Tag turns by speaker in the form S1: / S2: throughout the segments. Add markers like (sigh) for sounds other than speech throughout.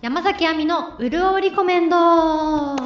S1: 山崎亜美のうるおリコメンドお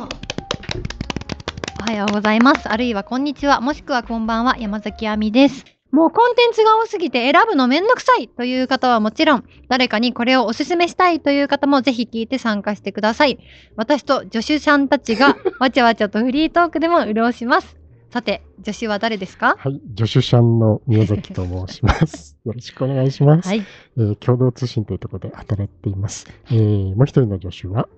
S1: はようございますあるいはこんにちはもしくはこんばんは山崎亜美ですもうコンテンツが多すぎて選ぶのめんどくさいという方はもちろん誰かにこれをおすすめしたいという方もぜひ聞いて参加してください私と助手さんたち (laughs) がわちゃわちゃとフリートークでも潤しますさて助手は誰ですか
S2: はい、助手者の宮崎と申します。よろしくお願いします、
S1: はい
S2: えー共同通信というところで働いています。えーもう一人の助手は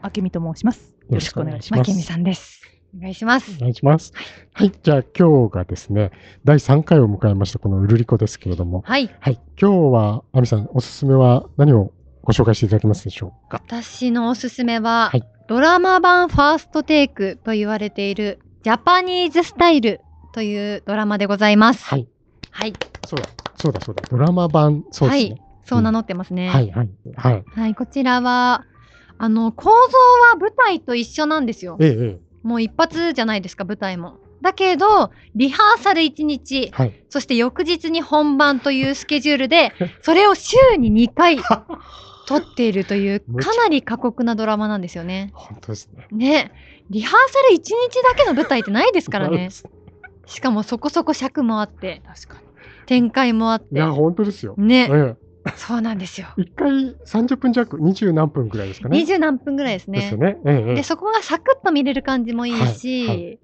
S3: あけみと申します。よろしくお願いし
S1: ま
S3: ます。
S1: けみさんですお願いします
S2: お願いします。はい、じゃあ今日がですね、第3回を迎えましたこのうるりこですけれども、
S1: はい
S2: はい、今日は亜美さんおすすめは何をご紹介していただけますでしょうか。
S1: 私のおすすめは、
S2: はい
S1: ドラマ版ファーストテイクと言われているジャパニーズスタイルというドラマでございます。
S2: はい、
S1: はい、
S2: そうだ、そうだ、そうだ、ドラマ版、そうですね。
S1: そう名乗ってますね。
S2: はい、はい、はい、
S1: はい、こちらはあの構造は舞台と一緒なんですよ。
S2: えええ
S1: もう一発じゃないですか舞台も。だけどリハーサル1日
S2: え、はい、
S1: そして翌日に本番というスケジュール
S2: (laughs)
S1: でそれを週に2回撮っているという
S2: (laughs) むちゃ
S1: かなり過酷なドラマなんですよね。
S2: 本当ですね。
S1: ねリハーサル1日だけの舞台ってないですから
S2: (laughs)
S1: ね
S2: い
S1: しかもそこそこ尺もあって
S3: 確かに。
S1: 展開もあって
S2: や、本当ですよ。え
S1: ね
S2: え
S1: そうなんですよ
S2: 一回30分弱、20何分ぐらいですかね。
S1: 20何分ぐらいです
S2: です
S1: ね
S2: よね。ええええ
S1: でそこがサクッと見れる感じもいいし、
S2: はいは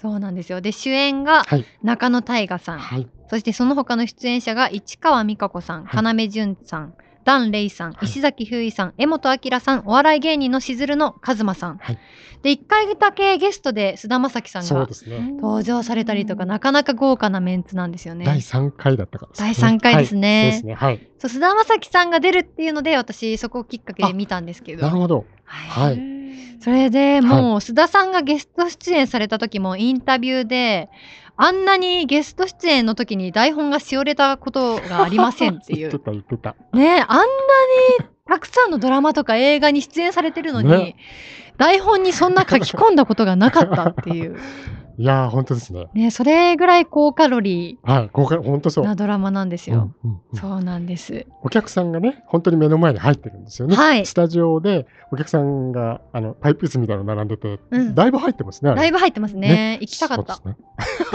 S1: そうなんですよで主演が
S2: はい。
S1: 中野大我さん、
S2: はい。
S1: そしてその他の出演者が市川美香子さん
S2: は
S1: 要潤さん檀れいさん、
S2: はい
S1: 石崎ひゅーいさん江本明さんお笑い芸人のしずるの和馬さん、
S2: はい
S1: で1回だけゲストで菅田将暉さん
S2: そ
S1: が
S2: うですね。
S1: 登場されたりとか、
S3: うん
S1: なかなか豪華なメンツなんですよ
S2: 第
S1: ね。
S2: 三回だったから
S1: 第三回ですね
S2: はいですね。はい。
S1: そう菅田将暉さんが出るっていうので私そこをきっかけで見たんですけど
S2: なるほど。
S1: は
S2: はいい。
S1: それでもう須田さんがゲスト出演された時もインタビューであんなにゲスト出演の時に台本がしおれたことがありませんってい
S2: 言って (laughs)
S1: う
S2: た言ってた。
S1: ねあんなにたくさんのドラマとか映画に出演されてるのに、
S2: ね
S1: 台本にそんな書き込んだことがなかったって
S2: (laughs)
S1: いう、
S2: いやー、本当ですね。
S1: ね、それぐらい高カロリ
S2: はい。公開、本当そ
S1: ー
S2: う。
S1: なドラマなんですよ。
S2: うんうんうん
S1: そうなんです。
S2: お客さんがね、本当に目の前に入ってるんですよね。
S1: はい
S2: スタジオでお客さんがあのパイプ椅子みたいなの並んでて、
S1: うん
S2: だいぶ入ってますね。あれ
S1: ライブ入ってますね。
S2: ね
S1: 行きたかった。。
S2: そう
S1: (laughs)
S2: ですね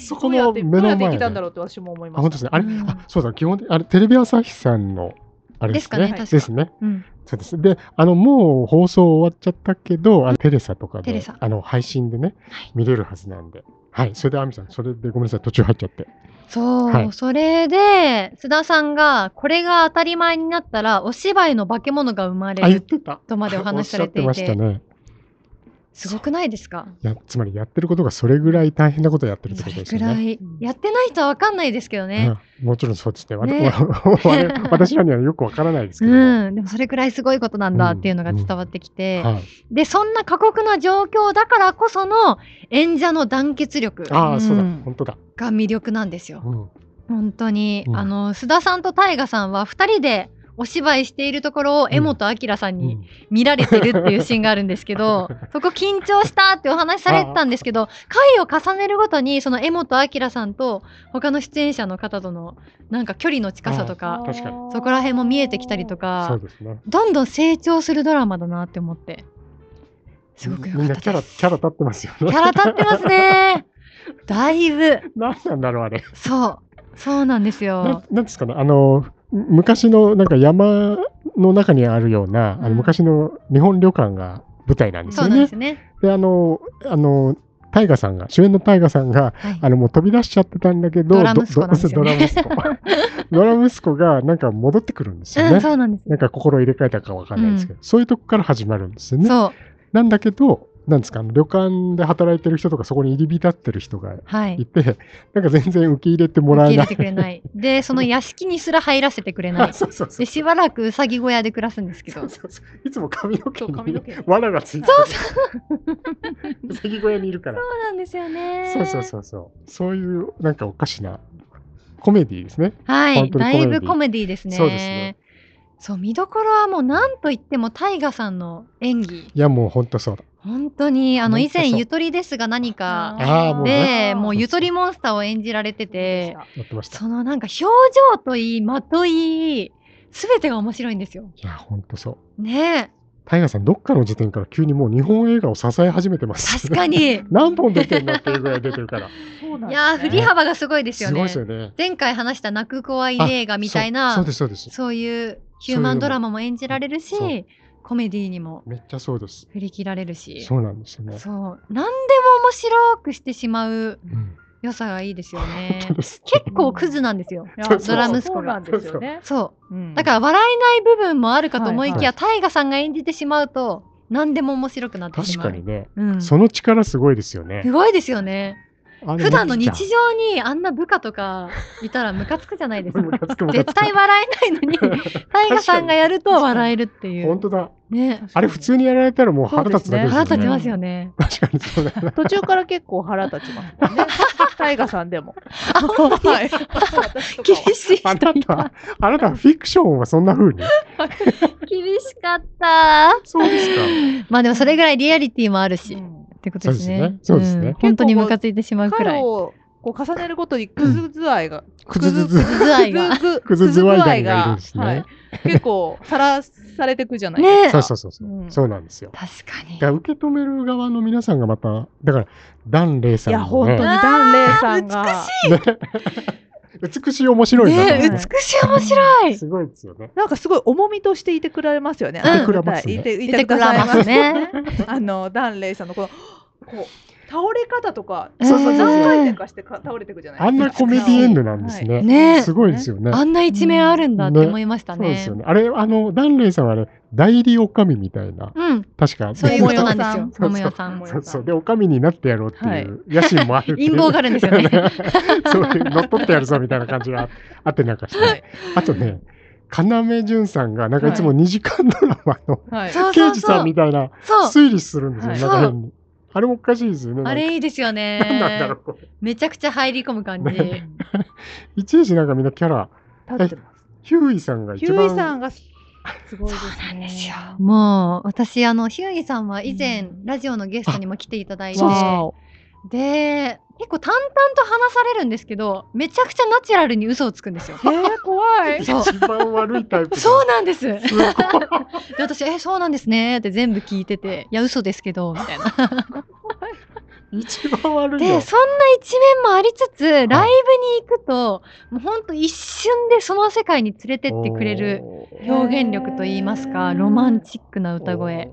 S2: そ
S3: こ
S2: こ
S3: うや
S2: の
S3: って
S2: 目
S3: ど
S2: の
S3: うや
S2: 前
S3: っ
S2: で。
S3: て
S2: あ
S3: 来たんだろうって私も思いま
S2: 本当
S3: し
S2: で
S3: た。
S2: すね。あれ、
S1: うん
S2: あそうだ。基本的あれテレビ朝日さんのあれで
S1: で
S2: すね。
S1: すかね確か
S2: ですね。
S1: うん、
S2: そうです。で、あの、もう放送終わっちゃったけど、あのテレサとか
S1: テレ
S2: で
S1: サ、
S2: あの、配信でね、見れるはずなんで。はい。それで、アミさん、それでごめんなさい、途中入っちゃって。
S1: そう、
S2: はい
S1: それで須田さんがこれが当たり前になったらお芝居の化け物が生まれ
S2: あ、言っ
S1: る
S2: てた。
S1: とまでお話しされてい
S2: お
S1: て
S2: っしゃってましたね。
S1: すごくないですか
S2: いや、つまりやってることがそれぐらい大変なことをやってるっ
S1: そ
S2: てこと
S1: れ
S2: です
S1: く
S2: よね。
S1: らいやってない人は分かんないですけどね、
S2: うん、もちろんそうですね。わた
S1: ね
S2: (laughs) 我私らにはよくわからないです
S1: う
S2: けど。
S1: んでもそれくらいすごいことなんだっていうのが伝わってきて、
S2: はい、
S1: でそんな過酷な状況だからこその演者の団結力
S2: ああ、そうだ
S3: うん、
S2: 本当だ。
S1: が魅力なんですよ。
S2: うん、
S1: 本当に、
S2: うん
S1: あの須田さんと大我さんは2人でお芝居しているところを
S2: ん
S1: 江本明さん
S2: う
S1: に
S2: ん
S1: 見られてるっていうシーンがあるんですけど、そこ緊張したってお話しされてたんですけど回を重ねるごとにその江本明さんと他の出演者の方とのなんか距離の近さとか
S2: 確かに
S1: そこら辺も見えてきたりと
S2: そ
S1: か
S2: うですね。
S1: どんどん成長するドラマだなって思ってすごく良か
S2: みん
S1: っ
S2: な
S1: た
S2: キャ
S1: で
S2: ラ、
S1: す。
S2: キャラ立ってますよ (laughs)
S1: キ
S2: ね。
S1: ャラ立ってますねだいぶ
S2: 何なんだろう、あれ。
S1: そうそうなんです
S2: な
S1: よ。
S2: なんですかね、あの、む昔のなんか山の中にあるような、あ
S1: うん
S2: の昔の日本旅館が舞台なんです
S1: そ
S2: よ
S1: うなん
S2: ね。
S1: で
S2: です
S1: ね。
S2: あの、あの、タイガさんが、主演のタイガさんが、
S1: はい
S2: あの、もう飛び出しちゃってたんだけど、
S1: ドラ息子なんですよ
S2: どど
S1: ね
S2: ド
S1: (laughs)
S2: ラ息子。ドラ息子が、なんか戻ってくるんですよね。
S1: うん、そうなんです。
S2: なんか心入れ替えたかわかんないですけど、そういうとこから始まるんですよね。
S1: そう、
S2: なんだけど、なんですか、あの旅館で働いてる人とか、そこに入り浸ってる人が
S1: はい
S2: い。て、なんか全然受け入れてもら
S1: 受
S2: え
S1: け入れ
S2: な
S1: て
S2: い。
S1: くれない。
S2: (laughs)
S1: で、その屋敷にすら入らせてくれない
S2: あ。 (laughs) そうそうそう
S1: で、しばらくうさぎ小屋で暮らすんですけ
S2: そ
S1: ど
S2: う。そうそういつも髪の毛
S3: そう髪の毛
S2: に罠がついてる。 (laughs) そうそう。小屋にいるから。
S1: そうなんですよね
S2: そうそうそうそう。そういうなんかおかしなコメディですね。
S1: はい、
S2: 本当に
S1: だ
S2: コメ
S1: い
S2: ディ
S1: ぶコメディですね。
S2: そうですね
S1: そう見どころはもうなんといっても大ガさんの演技
S2: いやもう本当そうだ。
S1: 本当にあの以前
S2: 本当そう
S1: ゆとりですが何か
S2: あーもう
S1: で
S2: ね
S1: もう
S2: 言
S1: ゆとりモンスターを演じられてて
S2: やってました。
S1: そのなんか表情といい間といいすべてが面白いんですよ。
S2: いや、ほんとそう。
S1: ねえ。
S2: タイガーさん、どっかの時点から急にもう日本映画を支え始めてます。
S1: 確か。に。
S2: 何本出てるんだっていうぐらい出てるから。
S3: そうな
S1: い
S3: んで
S1: やー、
S3: す
S1: 振
S3: ね
S1: り幅がすごいですよ
S2: すごい
S1: ね
S2: で。すよね。
S1: 前回話した泣く怖い映画みたい
S2: そうそう
S1: な
S2: で、す、そうです。
S1: そういうヒューマンドラマも演じられる
S2: そう
S1: し、コメディにも
S2: めっちゃそうです。
S1: 振り切られるし。
S2: そうなんですよね。
S1: そう。何でも面白くしてしまう
S2: うん
S1: 良さがいいですよね
S2: 本。当です。
S1: 結構クズなんですよ。
S3: いや
S2: そう
S1: ドラ息子が
S3: そうなんですよね。
S1: そう。
S3: うん
S1: だから笑えない部分もあるかと思いきや、
S2: は
S1: 大河さんが演じてしまうと、何でも面白くなってし
S2: 確
S1: まう。
S2: かにね、
S1: うん、す
S2: その力すごいですよね。
S1: ごいですよね。
S2: あれ
S1: 普段の
S2: ミ
S1: 日
S2: キ (laughs) ち
S1: 常にあんな部下とかいたらムカつくじゃないです
S2: ゃん
S1: か。
S2: ムカつくムカつ
S1: 絶
S2: く
S1: 対笑えないのに、大河さんがやると笑えるってい
S2: 本
S1: う。
S2: 当だ。
S1: ね。
S2: あれ普通にやられたらもう腹立つだけです
S1: 腹立ち
S2: よね。
S1: ますよね。
S2: (laughs) 確かにそうだな。
S3: 途中から結構腹立ちます
S1: (laughs)
S3: もんね。タイガさんでも。はい。私とか
S1: (laughs) 厳
S3: は
S1: しい人
S2: あない
S1: た
S2: た。、あなたフィクションはそんな風に。
S1: 厳しかった。
S2: そうですか。
S1: まあでもそれぐらいリアリティもあるし、
S3: う
S1: っ
S3: ん
S1: てことですね。
S2: そうですねそうですね
S1: ん本当にムカついてしまうくら
S3: 回
S1: い。
S3: をこう重ねるごとにクズズ愛が、
S2: くずずず。
S1: クズ愛が。
S3: ズ
S2: クズズワイガニがいるんですね
S3: はい結構さらされてくじゃない
S1: ね
S3: で
S2: そ
S3: すか。
S2: うそうそうそう。
S3: うん
S2: そうなんですよ。
S1: 確かに
S2: だか。ら受け止める側の皆さんがまた、だから、ダン・レイさ
S3: い
S2: ん
S3: や
S2: も
S3: 本
S2: ね
S3: 当にダンレイさんが
S2: 美しい面白いな
S1: ね
S3: え
S1: え、
S2: と思っ
S1: 美しい面白
S2: て
S1: い。
S2: すごいですよね。
S3: なんかすごい重みとしていてくれますよね。
S1: うん
S3: あの
S2: いてくれますね
S3: いてい
S1: 見
S3: て
S1: て
S3: く
S1: く
S3: だ
S1: れ
S3: さいま
S1: ますす
S3: ね
S1: ね。。
S3: (laughs) あのダンレイさんのこのこう倒れ方とか、
S1: えー
S3: そうそう何回転かしてか倒れてくじゃない
S2: あんなコメディエンドなんですね。
S1: ね
S2: すごいですよね。
S1: あんな一面あるんだって
S2: ね
S1: 思いました
S2: そうです
S1: ね
S2: よ。ね。あれ、あの、ダンレイさんはね、代理おかみみたいな、
S1: うん、
S2: 確か。
S1: そういうことなんで
S3: そう
S1: す
S2: そ
S1: よ。
S2: う
S1: 桃代さん。
S3: 桃代
S2: そうそう。で、おかみになってやろうっていう野心もあるっていう
S1: 陰謀があるんですよね。
S2: (laughs) そういう、乗っ取ってやるぞみたいな感じがあってなんかして、
S3: はい
S2: あとね、要潤さんが、なんかいつも
S3: は
S2: 2時間ドラマの
S3: はい。
S1: そうそ
S2: 刑
S1: う
S2: 事さ
S1: そ
S2: ん
S1: う
S2: み。たいな
S1: そう。
S2: 推理するんですよ、
S3: はい
S2: なんか変に。あれもおかしいですよね。
S1: あれいいですよ
S2: なんかなんだろ
S1: ね
S2: う。これ。
S1: めちゃくちゃ入り込む感じ。
S3: 立
S2: いちいちなんかみんなキャラ、
S3: ってます。
S2: ヒューイさんが
S3: ヒ
S2: 一
S3: ュ
S2: 番。
S3: ーイさんがすごいですね。
S1: そうなんですよ。もう、私、あの、ヒューイさんは以前
S3: う、ん
S1: ラジオのゲストにも来ていただいて、
S3: わお。
S1: で、結構淡々と話されるんですけど、めちゃくちゃナチュラルに嘘をつくんです (laughs) よ。
S3: えー、怖い。
S1: そう。
S2: 一番悪いタイプだ。
S1: そうなんです。です
S2: ごい
S1: 私、え、そうなんですねって全部聞いてて、いや、嘘ですけど、みたいな。
S2: 一番悪いよ
S1: で、そんな一面もありつつ、ライブに行くと、もうほんと一瞬でその世界に連れてってくれる (laughs) 表現力といいますか、ロマンチックな歌声。。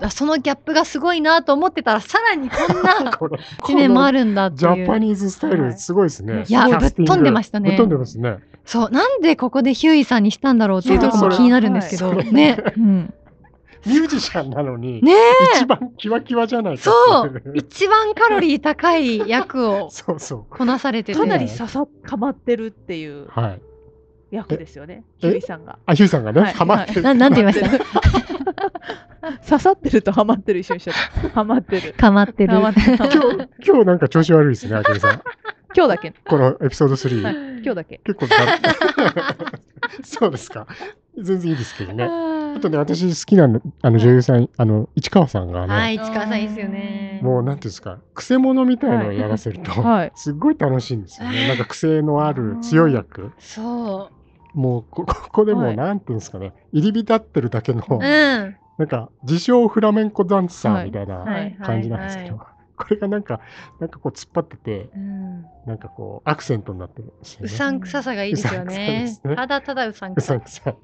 S1: あそのギャップがすごいなと思ってたら、さらにこんな
S2: これ
S1: 一面もあるんだって
S2: ジャパ
S1: いう。
S2: ニーズスタイルすごいです
S3: は
S2: ね
S3: い。
S1: いや
S2: キャスティ
S1: ぶっ
S2: ング
S1: 飛んでましたね
S2: ぶっ飛んでますね。
S1: そう、なんでここでヒューイさんにしたんだろうっていうところも気になるんですけど、
S2: そうそう
S1: ね。
S3: うん。
S2: ミュージシャンなのに、
S1: ね
S2: 一番キワキワじゃないか
S1: そ、
S2: っていう
S1: 一番カロリー高い役を
S2: (laughs) そうそ
S1: こなされてて。
S3: かなり刺さかまってるっていう
S2: う。はい。
S3: 役ですよね。
S2: え
S3: ヒューイさんが。
S2: あ、ヒューさんが
S3: は
S2: ね、
S3: い
S2: ハマってる。
S1: ななんて言いました
S3: (laughs) 刺さってるとハマってる一緒にしちゃった。ハマってる。
S1: かまってる
S3: ハ。マってる。今 (laughs) 日
S2: 今日、今日なんか調子悪いですね、あけるさ
S3: (laughs)
S2: ん。
S3: 今日だけ。
S2: このエピソード3。
S3: はい今日だけ。
S2: 結構だ (laughs) そうですか。全然いいですけどね。あとね、私好きなのあの女優さん、あの、市川さんがね、
S1: はい、市川さんいいですよね。
S2: もうなんていうんですか、くせ者みたいなのをやらせると、
S3: はい。
S2: すっごい楽しいんですよね。なんか癖のある強い役。
S1: そ
S2: もうこ、ここでも
S3: は
S2: う
S3: い
S2: なんていうんですかね、入り浸ってるだけの、
S3: う
S1: う。うん。
S2: なんか、自称フラメンコダンサーみたいな
S1: はい
S2: 感じなんですけど、
S1: は
S2: これがなんか、なんかこう突っ張ってて、
S1: うん
S2: なんかこう、アクセントになってるんですよ
S1: う
S2: ね。
S1: さんくささがいいですよ
S2: う
S1: ね
S2: さんくさです。ね
S1: ただただうさん
S2: う
S1: く
S2: さ
S1: さ
S2: ん。くさい。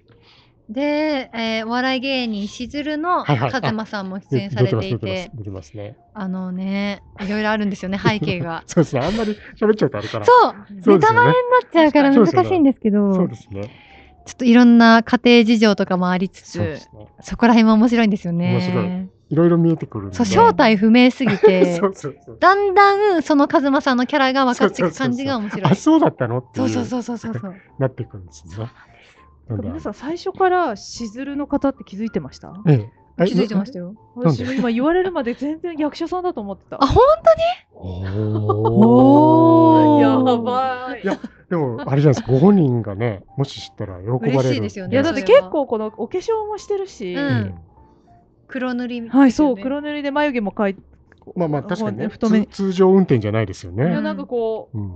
S1: で、えーお笑い芸人しずるの
S2: はいはいあ
S1: 風間さんも出
S2: で
S1: 演されて
S2: 出
S1: い
S2: てます
S1: て、
S2: 出てますね。。
S1: あのね、いろいろあるんですよ (laughs) ね、背景が
S2: そうですね。あんまり喋っちゃうとあれから。
S1: そう
S2: そう
S1: ネ
S2: です
S1: タ
S2: よ
S1: バレに。な
S2: ね
S1: っちゃうから
S2: そ
S1: 難
S2: うですよね
S1: しいんですけど、
S2: そ
S1: ち
S2: う
S1: ょ
S2: ですね。
S1: っといろんな家庭事情とかもありつ
S2: そうで
S1: つ
S2: す、ね。
S1: そこら辺も面白いんですよね。
S2: 面白いろいろ見えてくるんで。
S1: そう、
S2: そ
S1: 正体不明すぎ (laughs) て、
S2: うそうそう。
S1: だんだんその風間さんのキャラが分かっていく感じが面白
S2: あ、
S1: い。
S2: そうだったのって
S1: そ
S2: いうう
S1: そうそうそうそうそう。
S2: なっていくんですね。なんだ
S3: 皆さん最初からしずるの方って気づいてました
S2: ええ。。
S1: 気づいてましたたよ。
S2: なんで
S3: 私も今言われるまで全然役者さんだと思ってた。
S1: あ、
S3: (laughs)
S1: 本当に
S2: お
S1: お
S2: ー
S1: ー
S3: やばい。
S2: いやでも、あれじゃないですか。ご本人がね、もし知ったら喜ばれる。
S1: 嬉しいですよね
S3: いやだって結構このお化粧もしてるし、
S1: う
S2: うんん。
S1: 黒塗りですよね。
S3: はい、そう、黒塗りで眉毛も描いて、
S2: まあまあ、確かにね、
S3: 太めに
S2: 通通常運転じゃないですよ
S3: い
S2: ね
S3: や。なんかこう、
S2: うん。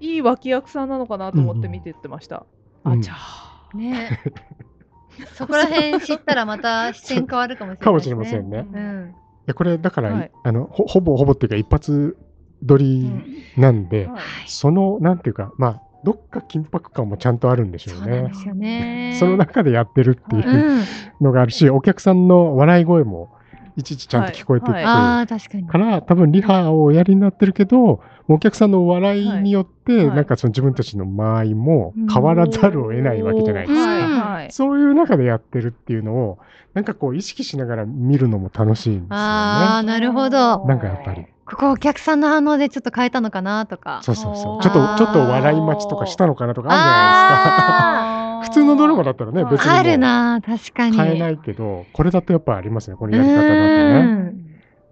S3: いい脇役さんなのかなと思って見てってました。
S2: うん
S3: あちゃー
S1: ねそこら辺知ったらまた視線変わ (laughs) るかもしれない、ね。
S2: かもしれませんね。
S1: う
S2: い
S1: ん。
S2: や、これ、だから、
S3: はい
S2: あのほ、ほぼほぼっていうか、一発撮りなんで、
S3: はい
S1: はい。
S2: その、なんていうか、まあ、どっか緊迫感もちゃんとあるんでしょ
S1: そう
S2: う
S1: なん
S2: ね
S1: で。すよね。
S2: その中でやってるっていう
S3: は
S1: うん。
S2: のがあるし、お客さんの笑い声もいちいちちゃんと聞こえてくる、
S3: はい
S1: ああ、確かに。
S2: から、多分リハをおやりになってるけど、もうお客さんの笑いによって、
S3: はいはい
S2: なんかその自分たちの間合いも変わらざるを得ないわけじゃないですか。
S1: うん
S3: はい。
S2: そういう中でやってるっていうのを、なんかこう意識しながら見るのも楽しいんですよね。
S1: ああ、なるほど。
S2: なんかやっぱり。
S1: ここお客さんの反応でちょっと変えたのかなとか。
S2: そうそうそう。
S3: あ
S2: ちょ
S1: ー
S2: っと、ちょっと笑い待ちとかしたのかなとかあるじ
S1: あ
S2: ゃないですか。
S3: あ
S2: (laughs)
S3: ー
S2: 普通のドラマだったらね、
S3: はい
S2: 別にも
S1: あ、
S2: う
S1: あるな、確かに。
S2: 変えないけど、これだとやっぱありますね、このやり方だとね。
S1: うん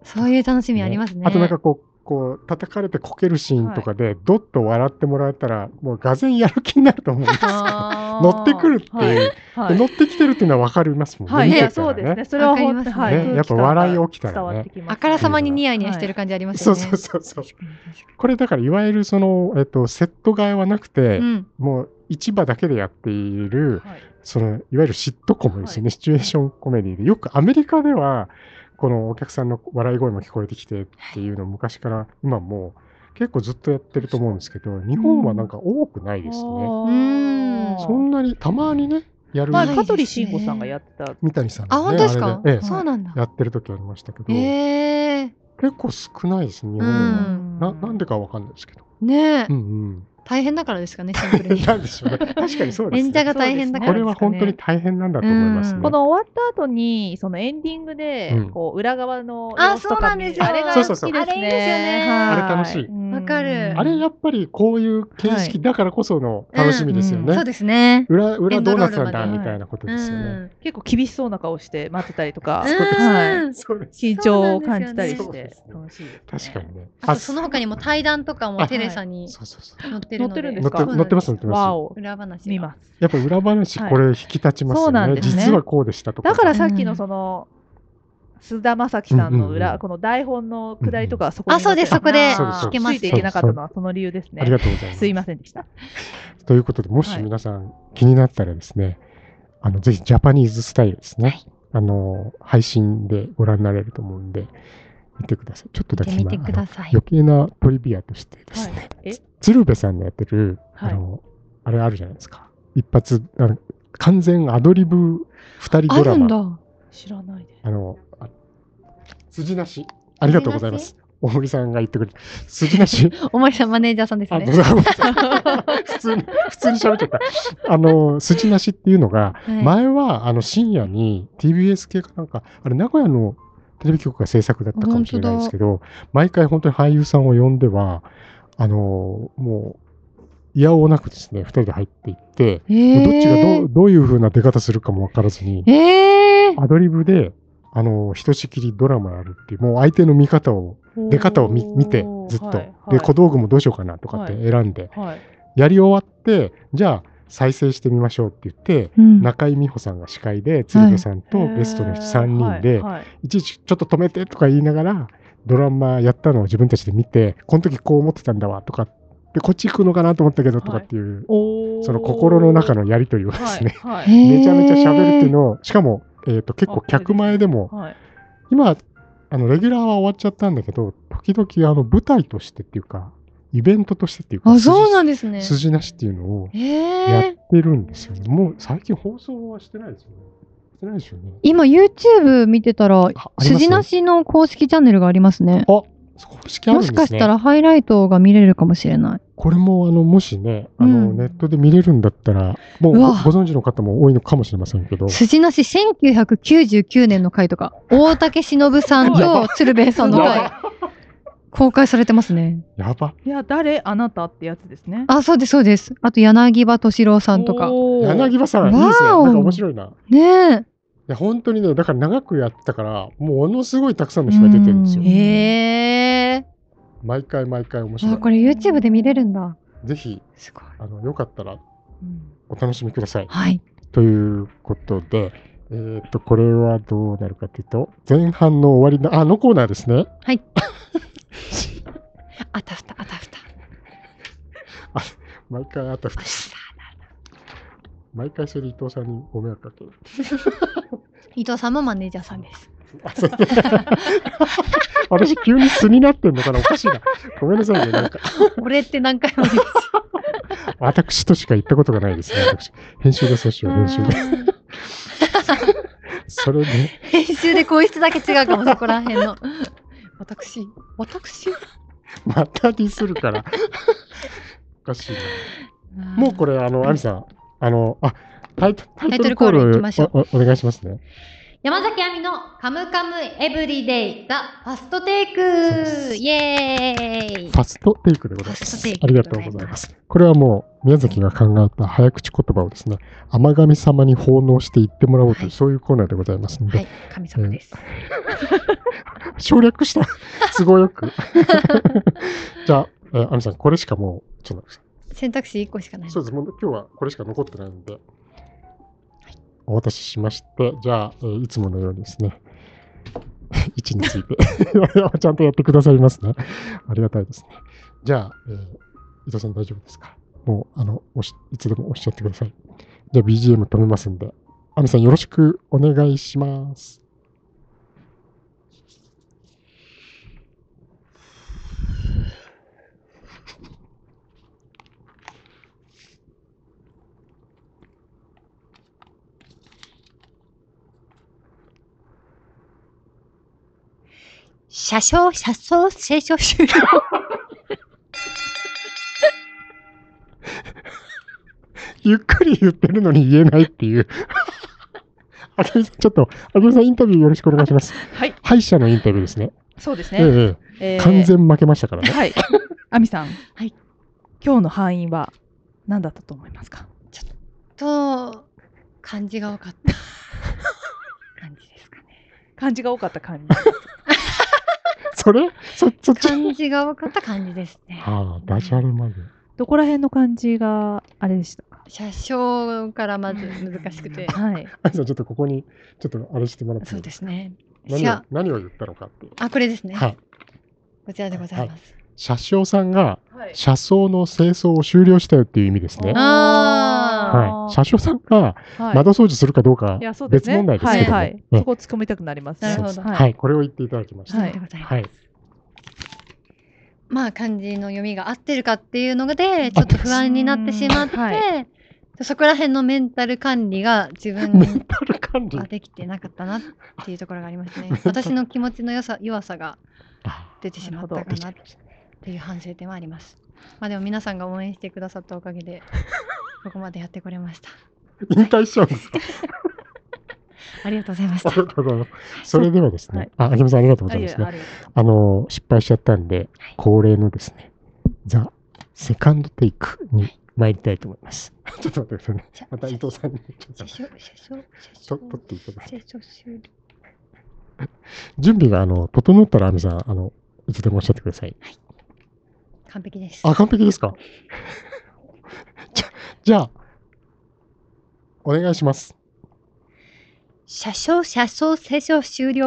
S1: そういう楽しみありますね。
S2: あとなんかこう、こう叩かれてこけるシーンとかで、どっと笑ってもらえたら、もうがぜんやる気になると思うんですよ。
S3: あー
S2: 乗ってくるって
S3: はい
S2: いう、で
S3: はい
S2: 乗ってきてるっていうのは分かりますもんね。
S3: はい、
S2: 見
S3: い
S2: てた
S3: や
S2: ら
S3: そうですね。それは本当に、
S1: わか
S3: は
S1: り
S3: い、
S1: ますね
S2: ね
S3: 空
S2: やっぱ
S3: 気
S2: 笑
S3: 感が
S2: い起きた
S3: 伝わ
S2: ら
S3: って
S2: ね。
S3: きます。
S1: あからさまにニヤニヤしてる感じあります
S2: そ
S1: よ
S2: う
S1: ね。
S2: そうそうそう。
S1: 確かに確か
S2: これだからいわゆるその、えっと、セット替えはなく
S1: に
S2: て、
S1: うん。
S2: もう市場だけでやっている、
S3: はい
S2: そのいわゆるシットコムですよね、シチュエーションコメディで、よくアメリカでは、このお客さんの笑い声も聞こえてきてっていうのを昔から、今も結構ずっとやってると思うんですけど、日本はなんか多くないですね。
S1: ん
S2: そんなに、たまにね、やる、
S3: まあ、
S1: ない
S3: 香取慎吾さんがやってた。
S2: 三谷さん
S1: あ、
S2: ね
S1: 本当ですか
S2: あれでええ
S1: そうなんだ。
S2: やってる時ありましたけど、
S1: ええ。
S2: 結構少ないですね、日本
S1: う
S2: は。
S1: ん
S2: ななんでかわかんないですけど。
S1: ねえ
S2: う。ん
S1: 大変だからですかね、シ
S2: (laughs)
S1: ンプル
S2: うん。
S1: に。
S2: なんでしょうね。確かにそうですね。
S1: 演者が大変だから
S2: こ
S1: で
S2: れ
S1: すかね。
S2: は本当に大変なんだと思います
S1: う
S2: ね。
S1: ん
S3: この終わった後に、そのエンディングで
S2: う、ん
S3: こう裏側の
S1: あ
S3: 様子とか
S1: そうなんで
S3: 見
S1: すよ
S3: あれが
S2: そう
S3: 好き
S2: そ
S3: で
S2: うそ
S1: あ
S2: う
S3: すね。
S1: れいいですよね
S2: あれ楽しい
S3: い
S1: わかる
S2: あれやっぱりこういう形
S3: は
S2: 式
S3: い
S2: だからこその楽しみですよ
S3: ん
S2: ね。
S1: そうですね。
S2: 裏裏どうなってたん
S1: エ
S2: だ
S1: ンドロールまで
S2: みたいなこと
S1: う
S2: ですよね。
S1: ん。
S3: 結構厳しそうな顔して待ってたりとか、
S1: う
S3: は
S1: ん。
S2: そうです。
S3: い、緊張を感じたり
S2: そ
S3: し
S2: うで
S3: て
S2: すね
S3: 楽しいですね。
S2: 確かにね。
S1: あとその他にも対談とかも
S2: あ
S1: テレサに
S2: そうそうそう。
S1: 載ってるので。
S3: 載ってるんで
S2: 乗
S3: す
S2: って
S3: か
S2: 乗ってます乗って
S3: わ
S2: ま
S3: お
S1: そ、うなんです。裏話が。
S3: 見ます。
S2: す。やっぱ裏話
S3: はい
S2: これ引き立ちま
S3: そ
S2: す
S3: うな
S2: よ
S3: ん
S2: ね。
S3: ですね
S2: 実はこうでしたとか。
S3: だからさっき
S1: うん
S3: のその、菅田将暉さんの
S2: うんうんう
S3: 裏、
S2: ん
S3: この台本の下りとかはそこに
S1: あそうです
S3: 載ってた
S2: そ
S3: か
S2: う
S3: ら
S2: ですそ
S1: です聞
S2: う
S1: けます
S3: ついていけなかったのはその理由です
S2: ありが
S3: ね。
S2: とうございます。
S3: すいませんでした。
S2: ということで、もし
S3: はい
S2: 皆さん気になったらですね、あの、ぜひジャパニーズスタイルですね。あの、配信でご覧になれると思うんで、見てください。ちょっとだ
S1: 見
S2: け
S1: て
S2: 今
S1: みてく
S2: あの
S1: ださい。
S2: 余計なトリビアとしてですね、
S3: はいえ
S2: 鶴瓶さんのやってる、
S3: はい
S2: あの、あれあるじゃないですか。一発、あの完全アドリブ二人
S1: あ
S2: ドラ
S1: るんだ
S2: マ。。
S3: 知らないです。
S2: あの、あ筋なし。ありがとうございます。大森さんが言ってくれた。筋
S1: (laughs)
S2: なし。
S1: おまりさんマネージャーさんです
S2: あ、
S1: ね
S2: ご。めんなさい普通に、普通に喋っちゃった。あの、筋なしっていうのが、
S1: はい
S2: 前はあの深夜に TBS 系かなんか、あれ名古屋のテレビ局が制作だったかもしれないですけど、毎回本当に俳優さんを呼んでは、あのもう、いやおうなくですね、二人で入っていって、もうどっちがどうどういう風な出方するかも分からずに、
S1: えー
S2: アドリブで、あのひとしきりドラマやるっていう、もう相手の見方を、出方を見見て、ずっと。
S3: はいはい
S2: で、小道具もどうしようかなとかって選んで、
S3: はい
S2: やり終わって、じゃあ再生してみましょうって言って、
S1: うん
S2: 中井美穂さんが司会で鶴瓶さんとゲストの3人
S3: へー
S2: で
S3: はいはい
S2: いちいちちょっと止めてとか言いながらドラマやったのを自分たちで見てこの時こう思ってたんだわとかでこっち行くのかなと思ったけどとかっていう、
S3: おー
S2: その心の中のやり取りをですね、
S3: はいはい
S1: め
S2: めちゃめちゃ喋るっていうのをしかも、えー、と結構客前でも
S3: はい
S2: 今あのレギュラーは終わっちゃったんだけど時々あの舞台としてっていうかイベントとしてっていうか
S1: あ、そうなんですね。
S2: 筋筋なしっていうのを
S1: え
S2: やっ
S1: ー、
S2: てるんですよね。もう最近放送はしてないですよね。してないですよね。
S1: 今 YouTube 見てたら、
S2: ああります
S1: 筋なしの公式チャンネルがありますね。
S2: あ、公式あるん
S1: も
S2: です
S1: し
S2: ね。
S1: かしたらハイライトが見れるかもしれない。
S2: これもあのもしね、あの
S1: うん
S2: ネットで見れるんだったら、もう
S1: う
S2: ご
S1: わ
S2: ご存知の方も多いのかもしれませんけど、
S1: 筋なし1999年の回とか、大竹しのぶさん
S2: や
S1: と鶴瓶さんの
S3: や
S1: 回、公開されてますね。
S2: やば。
S3: いや誰あなたってやつですね。
S1: あ、そうです、そうです。あと柳葉敏郎さんとか。
S3: おー
S2: 柳葉さん、いい
S1: わーお
S2: ですね。なんか面白いな。い
S1: ね
S2: や本当にね、だから長くやってたから、もうものすごいたくさんの人が出てるんですよ
S1: え。
S3: う。
S1: へえ
S2: 毎回毎回面白
S1: ー。あ、
S2: い。
S1: これ YouTube で見れるんだ。
S2: ぜひ、
S1: すごい。
S2: あのよかったら
S3: うん
S2: お楽しみください。
S1: はい。
S2: ということで、えーっと、これはどうなるかというと、前半の終わりの、あのコーナーですね。
S1: はい (laughs) あたふた、あたふた。
S2: 毎回あったふた
S1: あたふた
S2: 毎回それで伊藤さんにご迷惑かける。
S1: 伊藤さんもマネージャーさんです。
S2: あそう私、急に素になってんのかなおかしいな。ごめんなさいね。なんか、
S1: (laughs) 俺って何回も言う
S2: 私としか言ったことがないですね。私、編集でそうしよう、編集で。それで、
S1: 編集で声質だけ違うかも、そこら辺 (laughs) の。私、私
S2: またディスるから。おかしいな。もうこれ、あの、アミさん、あの、あ、タイトタイトルコー
S1: タイトルコール行
S2: ル
S1: きましょう
S2: おおお願いしますね。
S1: 山崎亜美の「カムカムエブリデイ」ザ・ファストテイク
S2: うです
S1: イエーイ
S2: ファストテイクでございま
S1: ファスト
S2: す
S1: テイ。
S2: あ
S1: ク
S2: り
S1: で
S2: が
S1: ご
S2: と
S1: ざい
S2: う
S1: ます
S2: ございます。これはもう宮崎が考えた早口言葉をですね、天神様に奉納して言ってもらおうという、
S1: はい
S2: そういうコーナーでございますので、
S1: はい神様です、
S2: 省略した。 (laughs) 都合よく。 (laughs) じゃあ、えー、アミさん、これしかもう、ちょっ
S1: 選択肢1個しかない
S2: と、そうです、もう今日はこれしか残ってないので、お渡ししまして、じゃあ、えーいつものようにですね、 (laughs) 位置について、ちゃんとやって (laughs) くださいますね。ありがたいですね。じゃあ、えー伊藤さん大丈夫ですかもう、あの、おしいつでもおっしゃってください。じゃあ、BGM 止めますんで、アミさんよろしくお願いします。 (laughs)
S1: 車掌車掌清 (laughs) 書終了
S2: ゆっくり言ってるのに言えないっていう。 (laughs) あけみさん、ちょっと、あけみさん、インタビューよろしくお願いします。
S3: はい、
S2: 歯医者のインタビューですね。
S3: そうです
S2: え
S3: ね。
S2: えええ完全負けましたから
S3: え
S2: (laughs) ね。
S3: ーはい。アミさん、
S1: はい、
S3: 今日の敗因は何だったと思いますか
S1: と漢字が多かった感じですかね
S3: 漢字が多かった感じ。 (laughs)
S2: それそ、そっち。
S1: 漢字が多かった感じですね
S2: ああ、ダジャレまで。
S3: どこら辺の漢字があれでしたか
S1: 車掌からまず難しくて
S3: はい。
S2: あけみさん、ちょっとここに、ちょっとあれしてもらって
S1: そ
S2: いうい
S1: ですね
S2: 何を
S1: 車
S2: 何を言ったのかっていう。
S1: あこれですね、
S2: はい。
S1: こちらでございます、
S2: 車掌さんが
S3: はい
S2: 車窓の清掃を終了したよっていう意味ですね。
S1: あ
S2: はい。車掌さんが
S3: はい
S2: 窓掃除するかどうか
S3: いや、そうです
S2: 別
S3: ね。
S2: 問題です
S3: は
S2: け
S3: い
S2: ども。
S3: はい。
S2: ええ
S3: そこ突っ込みたくなります。
S1: なるほど
S2: そうです
S3: はい
S2: はい。これを言っていただきました。
S1: あ
S3: は
S1: り
S3: い
S1: がとうございます、
S2: はい。
S1: まあ漢字の読みが合ってるかっていうのでちょっと不安になってしまって、
S3: うんは
S1: そこら辺のメンタル管理が自
S2: メン (laughs)
S1: 分
S2: タル管理
S1: が。できてなかったなっていうところがありますね私の気持ちの良さ弱さが
S2: あ
S1: 出てしまっ
S3: な
S1: た
S3: る
S2: あ出
S1: か
S2: ちゃ
S1: ないっ
S2: ました
S1: ていう反省点はありますまあでも皆さんが応援してくださったおかげでここまでやってこれました
S2: 引退しちゃうんですか
S1: ありがとうございまし
S2: (laughs) あ
S1: た
S2: りがとうございます。それではですね、
S3: はい
S2: あ、あきみさんありがとうご
S3: あ
S2: ざい
S3: り
S2: ます
S3: がとう
S2: ね。
S3: ありが
S2: あの、失敗しちゃったんで、恒例のですね、ザ・セカンドテイクに参りたいと思います。 (laughs) ちょっと待ってくださいね。
S1: じゃ
S2: また伊藤さんにちょっと
S1: 車掌車
S2: ちょ
S1: 掌
S2: っと撮っていただいて。
S1: 車掌終了
S2: 準備が、あの、整ったら、あみさん、あの、いつでもおっしゃってください。
S1: 完璧です
S2: あ、完璧ですか (laughs) じゃ、じゃあ、お願いします。
S1: 車掌車掌車掌終
S2: (laughs)
S1: 了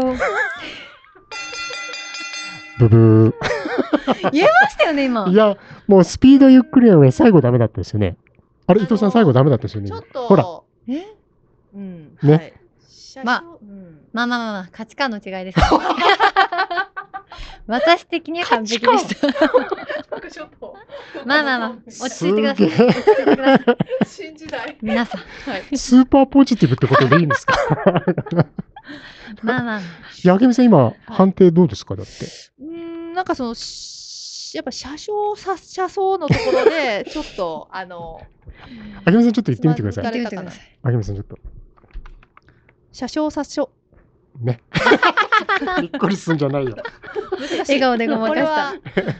S2: ブブ
S1: 言えましたよね今
S2: ー。いや、もうスピードゆっくりの上、最後ダメだったですよね。あれ、伊藤さん、最後ダメだったですよね。
S4: ちょ
S2: 今
S4: っと、
S2: ほら、
S1: え
S4: うん、は
S2: ね
S4: い。車
S1: まあ
S4: 掌うん
S1: まあまあまあまあ、価値観の違い
S2: (laughs)
S1: です。私的には完璧でした。
S4: ちょっと、
S1: まあまあまあ、落ち着いてください。
S2: すげえ
S1: 落ち着いてください。
S4: 新時代。
S1: 皆
S2: (laughs)
S1: さん、
S2: スーパーポジティブってことでいいんですか
S1: まあまあまあ、
S2: いや、あけみさん、今、判定どうですかだって。
S4: うーん、なんかその、しやっぱ車掌、さ車掌のところ
S2: (laughs)
S4: で、ちょっと、あの、
S2: あけみさん、ちょっと言ってみてくださ
S4: つま
S2: い。
S4: ず誰
S1: 言っ
S4: か
S1: て
S4: か
S1: み
S4: な
S1: てください。
S2: あけみさん、ちょっと。
S4: 車掌、車 (laughs) 掌。
S1: (laughs)
S2: ね。びっくりすんじゃないよ。
S4: 難しい。
S1: 笑顔でごま
S4: こ
S1: か
S4: れ
S1: した。
S4: は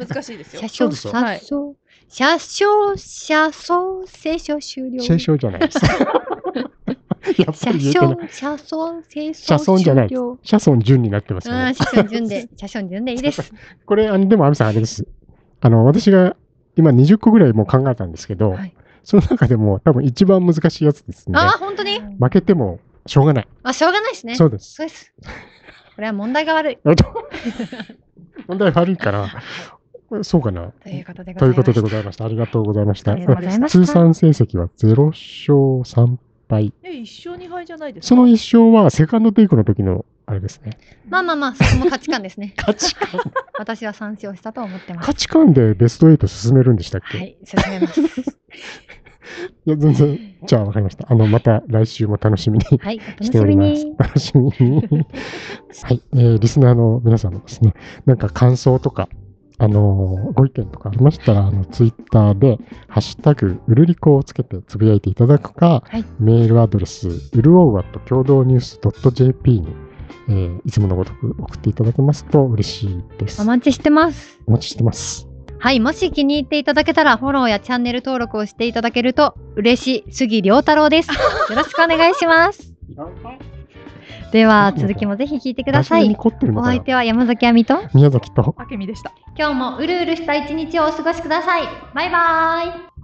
S4: 難しいですよ
S1: 車。
S2: そう
S1: 掌、
S2: ですよ
S1: 車掌、車掌、車掌、清書終了。
S2: 清少じゃない (laughs) です。やっぱ
S1: 車
S2: り言えてな
S1: 掌、
S2: い。
S1: 車掌、清
S2: 車
S1: 掃
S2: 村じゃない
S1: 終
S2: です
S1: 了。。
S2: 車村順になってます
S1: う
S2: よ
S1: ん、
S2: ね。
S1: 車掌順で、車掌順でいいです。
S2: これ、あの、でも、あみさん、あれです。あの、私が今20個ぐらいもう考えたんですけど、
S1: はい
S2: その中でも多分一番難しいやつですね。
S1: ああ、本当に
S2: 負けてもしょうがない。
S1: あ、しょうがないですね。
S2: そうです。
S1: そうです。これは問題が悪い。
S2: えっと問題悪いから、そうかな。
S1: ということでござい
S2: と
S1: ま
S2: いうこ
S1: す。
S2: とでございました。ありがとうございました。
S1: ありがとうございました
S2: 通算成績は0勝3敗。
S3: え、一勝二敗じゃないですか。
S2: その1勝はセカンドテイクの時のあれですね。。
S1: まあまあまあ、そこも価値観ですね
S2: 価値観。
S1: 私は参勝したと思ってます。
S2: 価値観でベスト8進めるんでしたっけ、、
S1: はいい、進め
S2: (laughs)
S1: ます。
S2: や、全然。じゃあわかりました。あの、また来週も楽しみに
S1: はい、お楽
S2: して
S1: し
S2: おり
S1: み
S2: ます
S1: に。。
S2: 楽しみに。はい、えーリスナーの皆さんのですね、なんか感想とか、あのーご意見とかありましたら、あの、ツイッターで、ハッシュタグ、うるりこをつけてつぶやいていただくか、
S1: はい
S2: メールアドレス、うるおう at 共同ニュース .jp に、えーいつものごとく送っていただけますと嬉しいです。
S1: お待ちしてます。
S2: お待ちしてます。
S1: はい、もし気に入っていただけたら、フォローやチャンネル登録をしていただけると嬉しい杉良太郎
S2: (laughs)
S1: です。よろしくお願いします。では、続きもぜひ聞いてくださ
S2: 真面目に
S1: い。
S2: 凝ってるの
S1: お
S2: かな
S1: 相手は山崎亜美と、
S2: 宮崎と
S3: あけみでした。
S1: 今日もうるうるした一日をお過ごしください。バイバーイ。